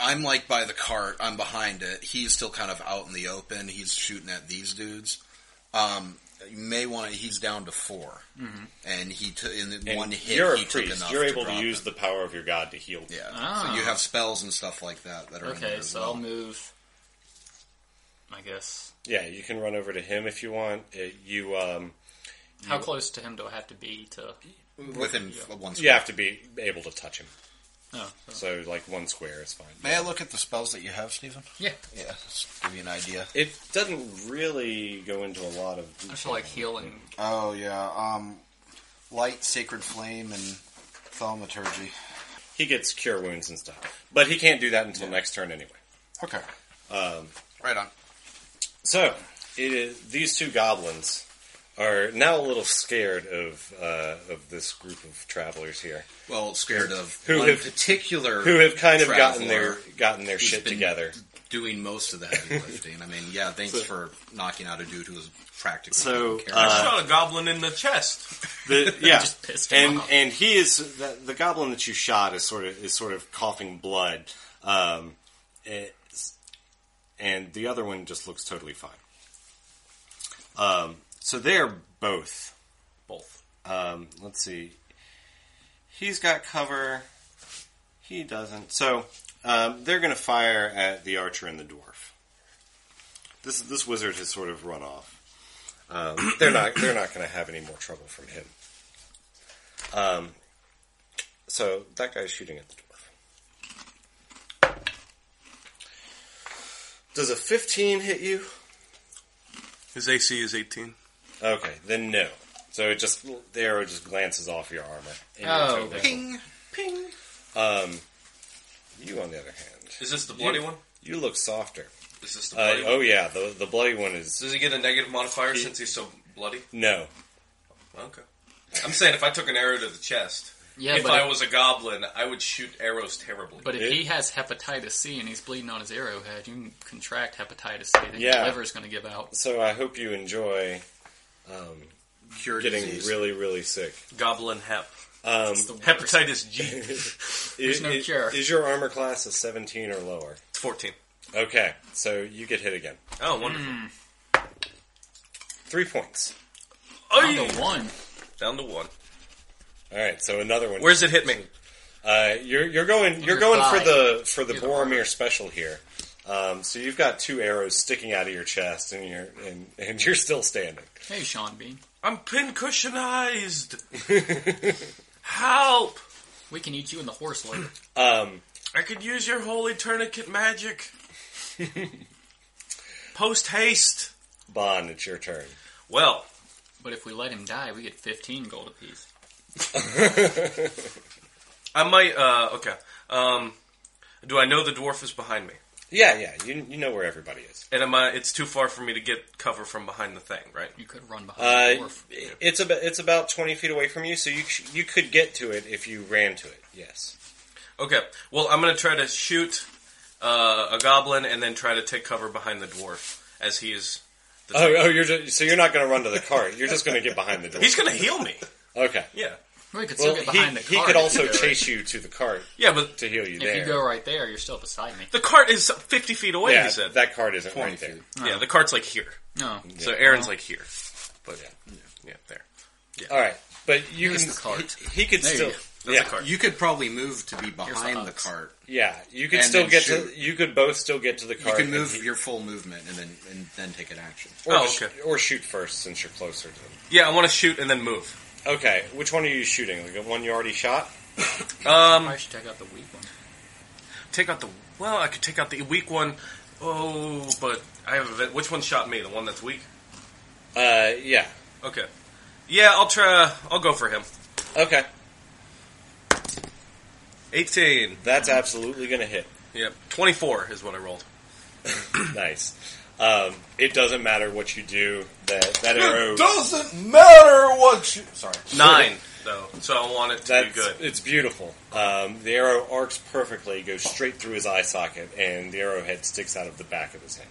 I'm like by the cart. I'm behind it. He's still kind of out in the open. He's shooting at these dudes. Um, you may want. He's down to 4 and he took in
Mm-hmm. And
one hit.
you're a
he took
priest.
enough.
You're
to
able to
drop
use
him.
the power of your god to heal.
Yeah,
Ah.
so you have spells and stuff like that that are in there
Okay,
as
so
well.
I'll move. I guess.
Yeah, you can run over to him if you want. Uh you um,
How close to him do I have to be to?
within one.
you
Square.
have to be able to touch him.
Oh,
So like one square is fine.
May I look at the spells that you have, Stephen?
yeah.
Yeah, just give you an idea.
It doesn't really go into a lot of.
I feel like healing.
Oh yeah, um, light, sacred flame, and thaumaturgy.
He gets cure wounds and stuff, but he can't do that until next turn anyway. Um,
Okay.
Right on.
So it is, these two goblins are now a little scared of uh, of this group of travelers here,
Well, scared of
Who
one
have-
particular
who have kind of gotten
traveler
their gotten their
who's
shit
been
together.
doing most of the heavy lifting. I mean, yeah, thanks for knocking out a dude who was practically
So, uh,
taking care
I
of
shot a goblin in the chest.
The, yeah,
Just pissed him
and
off.
and he is the, the goblin that you shot is sort of is sort of coughing blood, um, it's- and the other one just looks totally fine. Um, so they're both
Both.
um, let's see. He's got cover. He doesn't. So um, they're going to fire at the archer and the dwarf. This this wizard has sort of run off. Um, they're not they're not going to have any more trouble from him. Um, so that guy's shooting at the dwarf. Does a fifteen hit you?
His AC is 18.
Okay, then no. So it just the arrow just glances off your armor. and you're
Oh,
totally
okay.
Ping, ping.
Um, you, on the other hand,
Is this the bloody one?
you look softer.
Is this the
Uh,
bloody one?
oh yeah, the the bloody one is
Does he get a negative modifier since he's so bloody?
no.
Okay. I'm saying if I took an arrow to the chest,
Yeah,
if
but
I was a goblin, I would shoot arrows terribly.
But if
It-
he has hepatitis C and he's bleeding on his arrowhead, you can contract hepatitis C. Then
Yeah.
your liver's going to give out.
So I hope you enjoy
Cure
getting
disease.
really really sick.
goblin hep.
Um,
It's the worst.
Hepatitis G.
is,
no
is-
cure.
is your armor class a seventeen or lower?
It's 14.
Okay, so you get hit again.
Oh, wonderful.
Three points.
Down
Oy!
to one.
Down to one.
All right, so another one.
Where's it hit me?
Uh, you're you're going you're
your
going for
thigh.
the for the
Your
Boromir special here. Um, so you've got two arrows sticking out of your chest, and you're and, and you're still standing.
Hey, Sean Bean.
I'm pincushionized. Help!
We can eat you in the horse later.
Um,
I could use your holy tourniquet magic. Post haste.
Bond, it's your turn.
Well,
But if we let him die, we get 15 gold apiece.
I might. Uh, okay. Um, do I know the dwarf is behind me?
Yeah, yeah, you, you know where everybody is.
And am I? It's too far for me to get cover from behind the thing, right?
You could run
Uh,
behind the dwarf.
it's about it's about twenty feet away from you, so you sh- you could get to it if you ran to it. Yes.
Okay. Well, I'm gonna try to shoot uh, a goblin and then try to take cover behind the dwarf as he is. The
Oh, oh, you're just, so you're not going to run to the cart. You're just going to get behind the door.
He's gonna heal me.
Okay.
Yeah.
We could still
Well,
get behind
he,
the
he
cart.
could
if
also
you go-
chase you to the cart
Yeah, but
to heal you
If
there.
you go right there, you're still beside me.
the cart is 50 feet away.
yeah,
he said.
that cart isn't right there.
yeah, the cart's like here.
No.
So Aaron's like here. But yeah, yeah, there.
All right, but you
Here's
can
the cart.
He, he could
There you
still
go.
That's
yeah
a cart.
You could probably move to be behind the
ox.
cart.
yeah you could
And
still
then
get
shoot.
to you could both still get to the
You
cart.
can
and
move
he-
your full movement and then and then take an action.
or,
Oh,
just-
okay.
or shoot first since you're closer to them.
Yeah, I want to shoot and then move.
Okay, which one are you shooting? The one you already shot?
Um,
I should take out the weak one.
take out the. Well, I could take out the weak one. Oh, but I have a. ve- Which one shot me? The one that's weak.
Uh, yeah.
Okay. Yeah, I'll try. I'll go for him.
Okay,
18.
that's absolutely going to hit.
Yep. 24 is what I rolled.
Nice. Um, it doesn't matter what you do. That that arrow.
doesn't matter what you. Sorry.
Nine though, so I want it to
That's
be good.
it's beautiful. Um, the arrow arcs perfectly, goes straight through his eye socket, and the arrowhead sticks out of the back of his hand.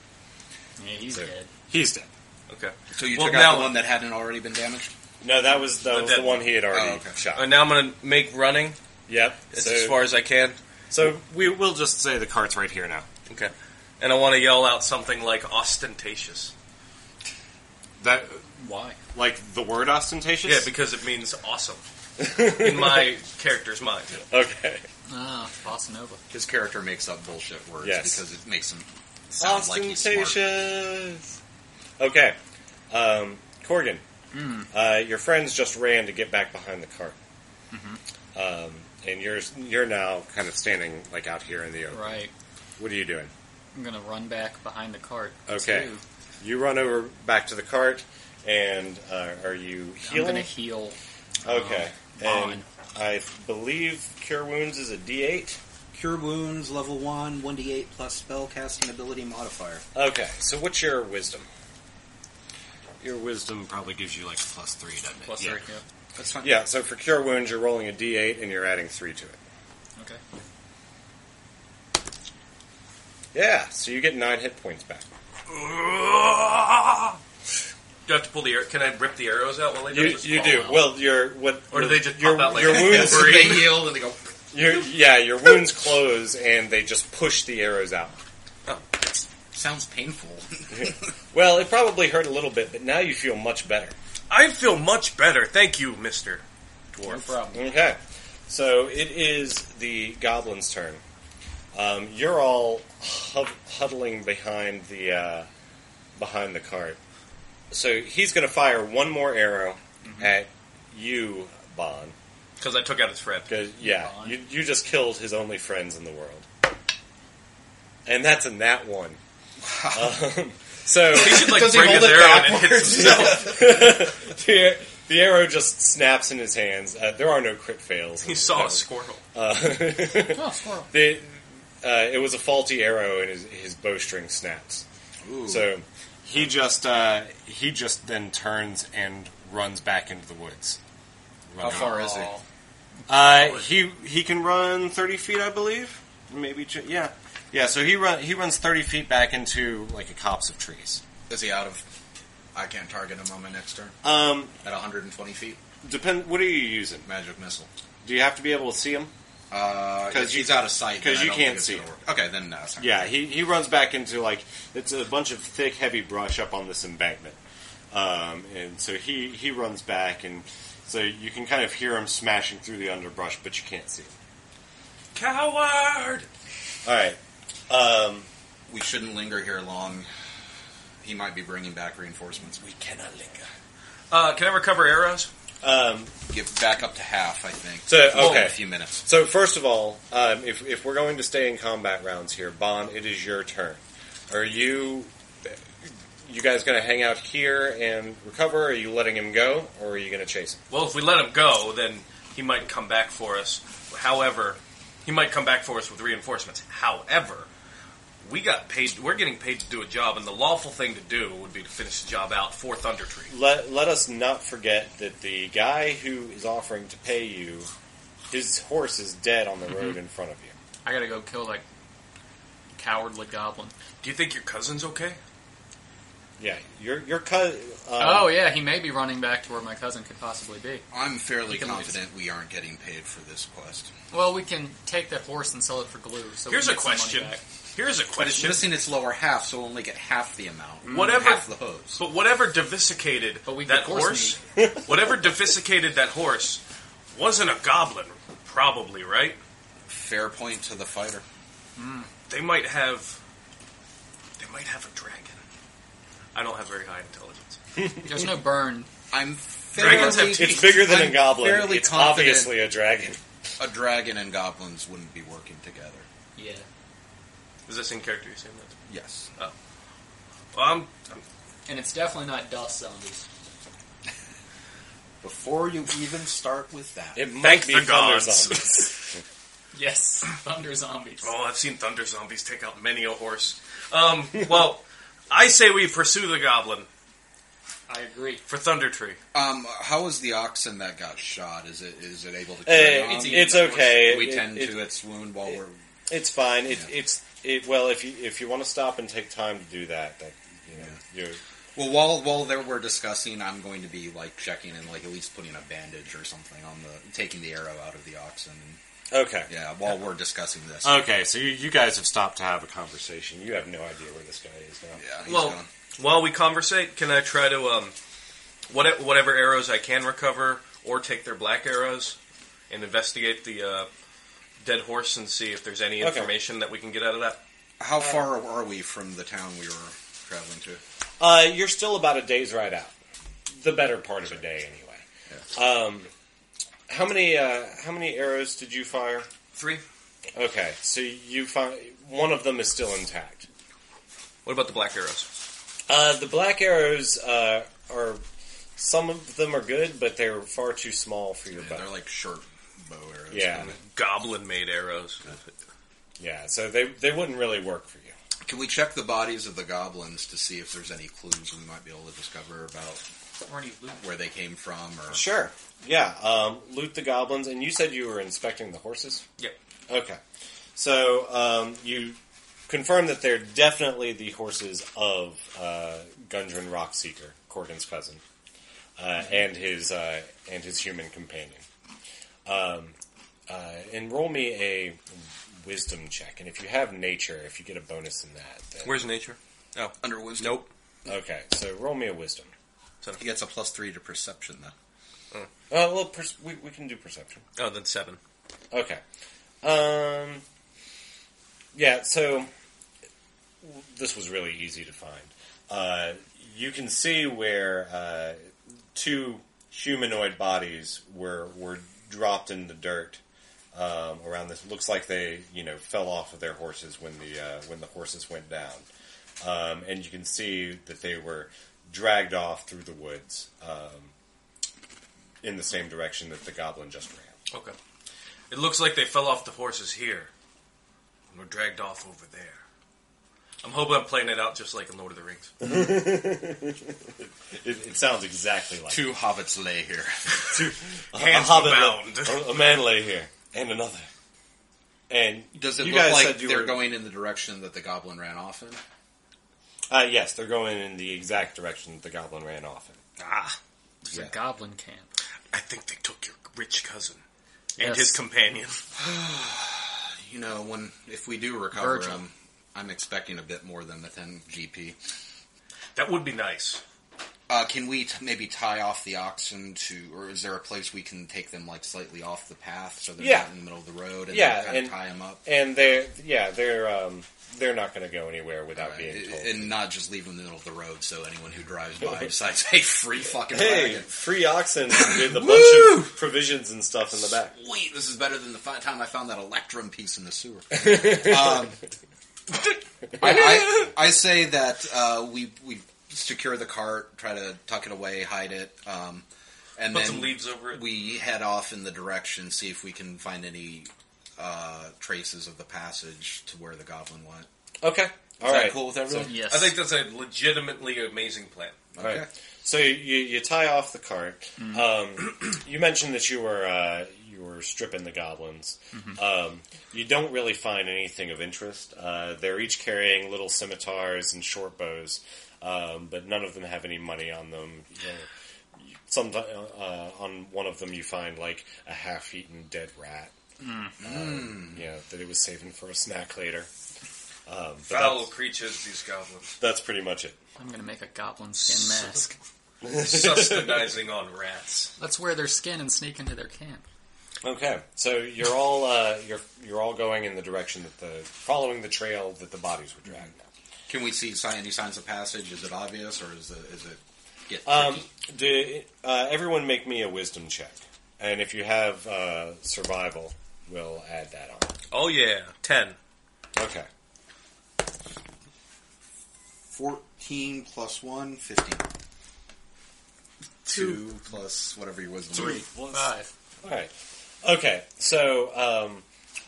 Yeah, he's
So-
dead.
He's dead.
Okay.
So you
well,
took
now,
out the one that hadn't already been damaged.
No, that was that
The
was the
dead
one he had already
Oh, okay.
shot.
uh, now I'm gonna make running
yep.
as,
so
as far as I can.
So we will just say the cart's right here now.
Okay. And I want to yell out something like ostentatious.
That
Why?
like the word ostentatious.
Yeah, because it means awesome in my character's mind.
okay.
Ah, Bossa Nova.
His character makes up bullshit words
Yes.
because it makes him sound like he's smart.
Ostentatious. Okay, um, Corgan, uh, your friends just ran to get back behind the cart, um, and you're you're now kind of standing like out here in the open.
Right.
What are you doing?
I'm gonna run back behind the cart.
Okay.
too.
You run over back to the cart, and uh, are you
I'm
healing?
gonna heal.
okay,
um,
and I believe cure wounds is a D8.
Cure wounds, level one, one d eight plus spell casting ability modifier.
Okay, so what's your wisdom?
Your wisdom probably gives you like a plus three, doesn't it?
Plus
Yeah.
three. Yeah.
That's fine.
Yeah, so for cure wounds, you're rolling a D8 and you're adding three to it.
Okay.
Yeah, so you get nine hit points back.
Do I have to pull the arrow? Can I rip the arrows out while they do
You,
it?
you do well. Your what?
Or do they just
your,
pop out like
your
a
wounds?
debris?
They heal and they go.
your, yeah, your wounds close and they just push the arrows out.
Sounds painful.
Well, it probably hurt a little bit, but now you feel much better.
I feel much better. Thank you, Mister.
No problem.
Okay, so it is the goblin's turn. Um, you're all hub- huddling behind the uh, behind the cart. So he's going to fire one more arrow at you, Bon.
Because I took out his friend.
Because yeah,
Bon.
you you just killed his only friends in the world, and that's a nat one. um, so
He should like
Does he
bring
hold
his
it
arrow and it hits himself.
the, the arrow just snaps in his hands. Uh, there are no crit fails.
He saw a squirrel.
Uh,
Oh, squirrel.
The, uh, it was a faulty arrow, and his, his bowstring snaps. So he just uh, he just then turns and runs back into the woods.
How far is he?
Oh,
Uh, he he can run thirty feet, I believe. Maybe ju- yeah, yeah. So he run he runs thirty feet back into like a copse of trees.
Is he out of? I can't target him on my next turn
Um,
at 120 feet.
depend. What are you using?
Magic missile.
Do you have to be able to see him?
Because
'Cause you-
he's out of sight. then
'cause
I
you
don't think
can't
it's
see
gonna
him.
work. Okay, then no. it's not gonna
Yeah, he, he runs back into like it's a bunch of thick, heavy brush up on this embankment, um, and so he he runs back, and so you can kind of hear him smashing through the underbrush, but you can't see him.
Coward.
All right, um,
work. We shouldn't linger here long. He might be bringing back reinforcements. We cannot linger.
Uh, can I recover arrows?
um,
Get back up to half, I think.
So,
Well,
okay.
a few minutes.
so first of all, um, if if we're going to stay in combat rounds here, Bon, it is your turn. Are you you guys going to hang out here and recover? Are you letting him go, or are you going to chase him?
Well, if we let him go, then he might come back for us. However, he might come back for us with reinforcements. However, we got paid. We're getting paid to do a job, and the lawful thing to do would be to finish the job out for Thunder Tree.
let, let us not forget that the guy who is offering to pay you, his horse is dead on the road in front of you.
I gotta go kill that cowardly goblin.
Do you think your cousin's okay?
Yeah, your your uh, cousin.
oh yeah, he may be running back to where my cousin could possibly be.
I'm fairly
We can
confident we aren't getting paid for this quest.
Well, we can take that horse and sell it for glue. So
Here's
we
a
can get some
question.
money back.
Here's a
But it's
question.
missing its lower half, so we'll only get half the amount.
Whatever-
Half the hose.
But whatever divisicated
But we could
that
horse
horse, whatever divisicated that horse, wasn't a goblin, probably right?
Fair point to the fighter.
They might have, they might have a dragon. I don't have very high intelligence.
There's no burn.
I'm
Dragons have
fairly-
it's bigger than
I'm
a goblin.
fairly
It's
confident
obviously a dragon.
a dragon and goblins wouldn't be working together.
Yeah.
Is this in character? You saying that?
Yes.
Well, I'm
And it's definitely not dust zombies.
Before you even start with that,
It might
Thank
be
the
thunder
gods.
zombies.
Yes, thunder zombies.
Oh, I've seen thunder zombies take out many a horse. Um, well, I say we pursue the goblin
I agree.
for Thunder Tree.
Um, how is the oxen that got shot? Is it is it able to? Carry
Eh,
on?
it's, it's okay.
we
It-
tend
it-
to its wound while
it-
we're.
It's fine. It,
Yeah.
It's it. Well, if you if you want to stop and take time to do that, that you know, you're,
Well, while while there we're discussing, I'm going to be like checking and like at least putting a bandage or something on the taking the arrow out of the oxen and
Okay.
Yeah, while we're discussing this.
Okay, so you, you guys have stopped to have a conversation. You have no idea where this guy is now.
yeah, he's
Well,
gone.
while we conversate, can I try to um, what, whatever arrows I can recover, or take their black arrows and investigate the uh, dead horse and see if there's any
Okay.
information that we can get out of that?
How far are we from the town we were traveling to?
Uh, you're still about a day's ride out. The better part of a day, anyway. Um, how many uh, how many arrows did you fire?
Three.
Okay, so you find one of them is still intact.
What about the black arrows?
Uh, the black arrows uh, are some of them are good, but they're far too small for your
Yeah,
bow.
they're like short bow arrows.
Yeah,
Goblin made arrows.
yeah. So they they wouldn't really work for you.
Can we check the bodies of the goblins to see if there's any clues we might be able to discover about
Or any loot.
where they came from? Or
Sure. Yeah. Um, loot the goblins, and you said you were inspecting the horses.
Yep.
Okay. So um, you confirm that they're definitely the horses of uh, Gundren Rockseeker, Corgan's cousin, uh, and his uh, and his human companion. Um, uh, enroll me a wisdom check, and if you have nature, if you get a bonus in that, then,
Where's nature? Oh,
under wisdom?
nope.
okay. So roll me a wisdom.
He gets a plus three to perception though.
Uh, well, per- we, we can do perception.
Oh, then seven.
Okay. Um, yeah, so this was really easy to find. Uh, you can see where uh, two humanoid bodies were were dropped in the dirt um, around this. Looks like they, you know, fell off of their horses when the uh, when the horses went down, um, and you can see that they were dragged off through the woods um, in the same direction that the goblin just ran.
Okay. It looks like they fell off the horses here and were dragged off over there. I'm hoping I'm playing it out just like in Lord of the Rings.
It, it sounds exactly like
Two hobbits lay here.
Hands
hobbit
bound.
lay- a, a man lay here and another. And
Does it
you
look
guys
like
said you
they're
were-
going in the direction that the goblin ran off in?
Uh, yes, they're going in the exact direction that the goblin ran off in.
Ah,
There's
Yeah.
a goblin camp.
I think they took your rich cousin and
Yes.
his companion.
You know, when if we do recover
Virgil.
them, I'm expecting a bit more than the 10 GP.
That would be nice.
Uh, can we t- maybe tie off the oxen to, or is there a place we can take them like slightly off the path so they're
Yeah.
not in the middle of the road and
Yeah,
then kind
and-
of tie them up?
And they're yeah they're um, they're not going to go anywhere without
Right,
being told.
And not just leave them in the middle of the road so anyone who drives by decides, hey, free fucking
hey,
wagon.
free oxen with a bunch of provisions and stuff in the back.
Wait, this is better than the fi- time I found that electrum piece in the sewer.
Um,
I, I, I say that uh, we we secure the cart, try to tuck it away, hide it, um, and
Put
then
some leaves over it.
we head off in the direction, see if we can find any uh, traces of the passage to where the goblin went. Is
Okay, all
that
right.
cool with everyone?
Yes.
I think that's a legitimately amazing plan.
Right. So you, you tie off the cart. Um, you mentioned that you were uh, you were stripping the goblins. Um, you don't really find anything of interest. Uh, they're each carrying little scimitars and short bows, um, but none of them have any money on them. You know, some uh, on one of them you find like a half-eaten dead rat. Um, yeah, that it was saving for a snack later. Um, but
Foul
that's,
creatures, these goblins.
that's pretty much it.
I'm gonna make a goblin skin mask.
Sustenizing on rats.
Let's wear their skin and sneak into their camp.
Okay, so you're all uh, you're you're all going in the direction that the following the trail that the bodies were dragged.
Can we see si- any signs of passage? Is it obvious, or is it is it get
down. Um,
tricky?
do uh, everyone make me a wisdom check, and if you have uh, survival, we'll add that on.
Oh yeah, ten.
Okay,
14 plus 1, 15.
two plus whatever your wisdom? is.
Five.
all right, okay. So um,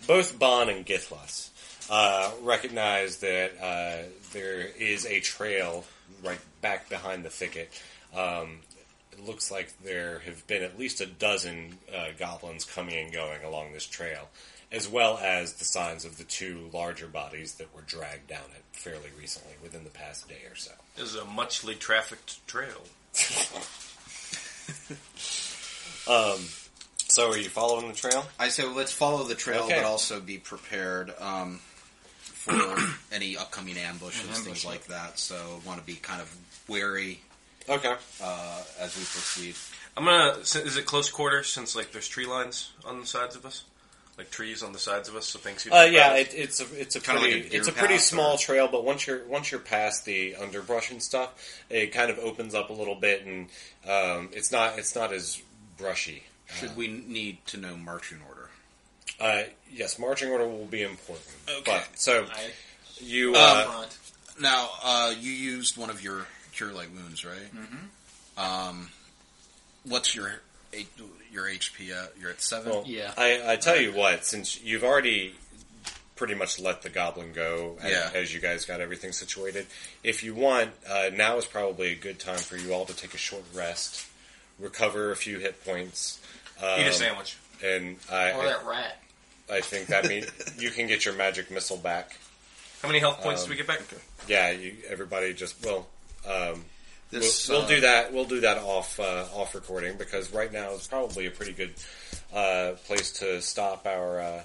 both Bon and Githlas uh, recognize that uh, there is a trail right back behind the thicket. Um, it looks like there have been at least a dozen uh, goblins coming and going along this trail, as well as the signs of the two larger bodies that were dragged down it fairly recently, within the past day or so.
This is a muchly trafficked trail.
Um, So are you following the trail?
I say, well, let's follow the trail,
Okay.
but also be prepared um, for any upcoming ambushes,
An ambush,
things
yeah.
like that. So, want to be kind of wary
Okay.
uh, as we proceed.
I'm gonna. s- Is it close quarters since like there's tree lines on the sides of us, like trees on the sides of us, so things.
Uh, yeah, it, it's a it's a
Kinda like
pretty
a deer
it's a pretty
path
small
or-
trail, but once you're once you're past the underbrush and stuff, it kind of opens up a little bit, and um, it's not it's not as brushy.
Should we need to know marching order?
Uh, yes, marching order will be important.
Okay.
But, so
I-
you
Um,
uh,
front.
Now, uh, you used one of your cure light wounds, right? Mm-hmm. Um, what's your H- your HP? At? You're at seven.
Well,
Yeah.
I, I tell you what, since you've already pretty much let the goblin go as,
Yeah.
as you guys got everything situated, if you want, uh, now is probably a good time for you all to take a short rest, recover a few hit points. Um,
Eat a sandwich.
And
Or
I,
that rat.
I, I think that means you can get your magic missile back.
How many health
um,
points do we get back?
Yeah, you, everybody just well, um,
This,
we'll,
uh,
we'll do that. We'll do that off uh, off recording because right now is probably a pretty good uh, place to stop our uh,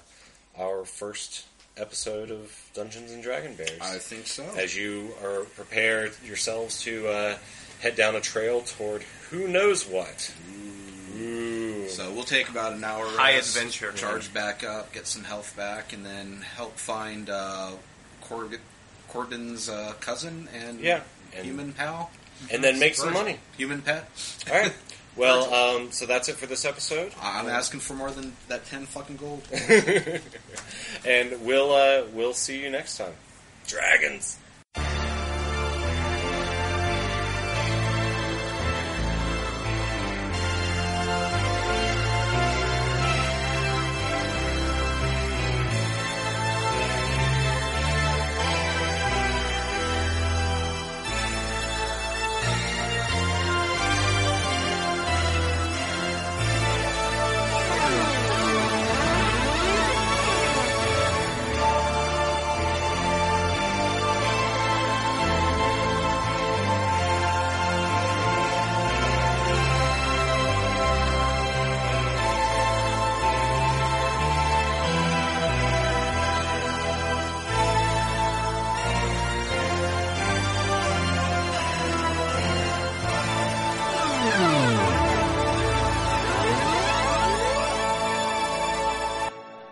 our first episode of Dungeons and Dragon Bears.
I think so.
As you are prepare yourselves to uh, head down a trail toward who knows what. Ooh.
So we'll take about an hour.
High
rest,
adventure.
Charge back up, get some health back, and then help find uh, Corb- Corbin's uh, cousin and
Yeah. And-
human pal,
And then make some money.
human pet.
All right. Well, um, so that's it for this episode.
I- I'm asking for more than that ten fucking gold.
and we'll uh, we'll see you next time. Dragons.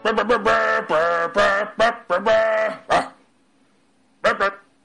Brr, brr, brr, brr, brr, brr, brr, brr.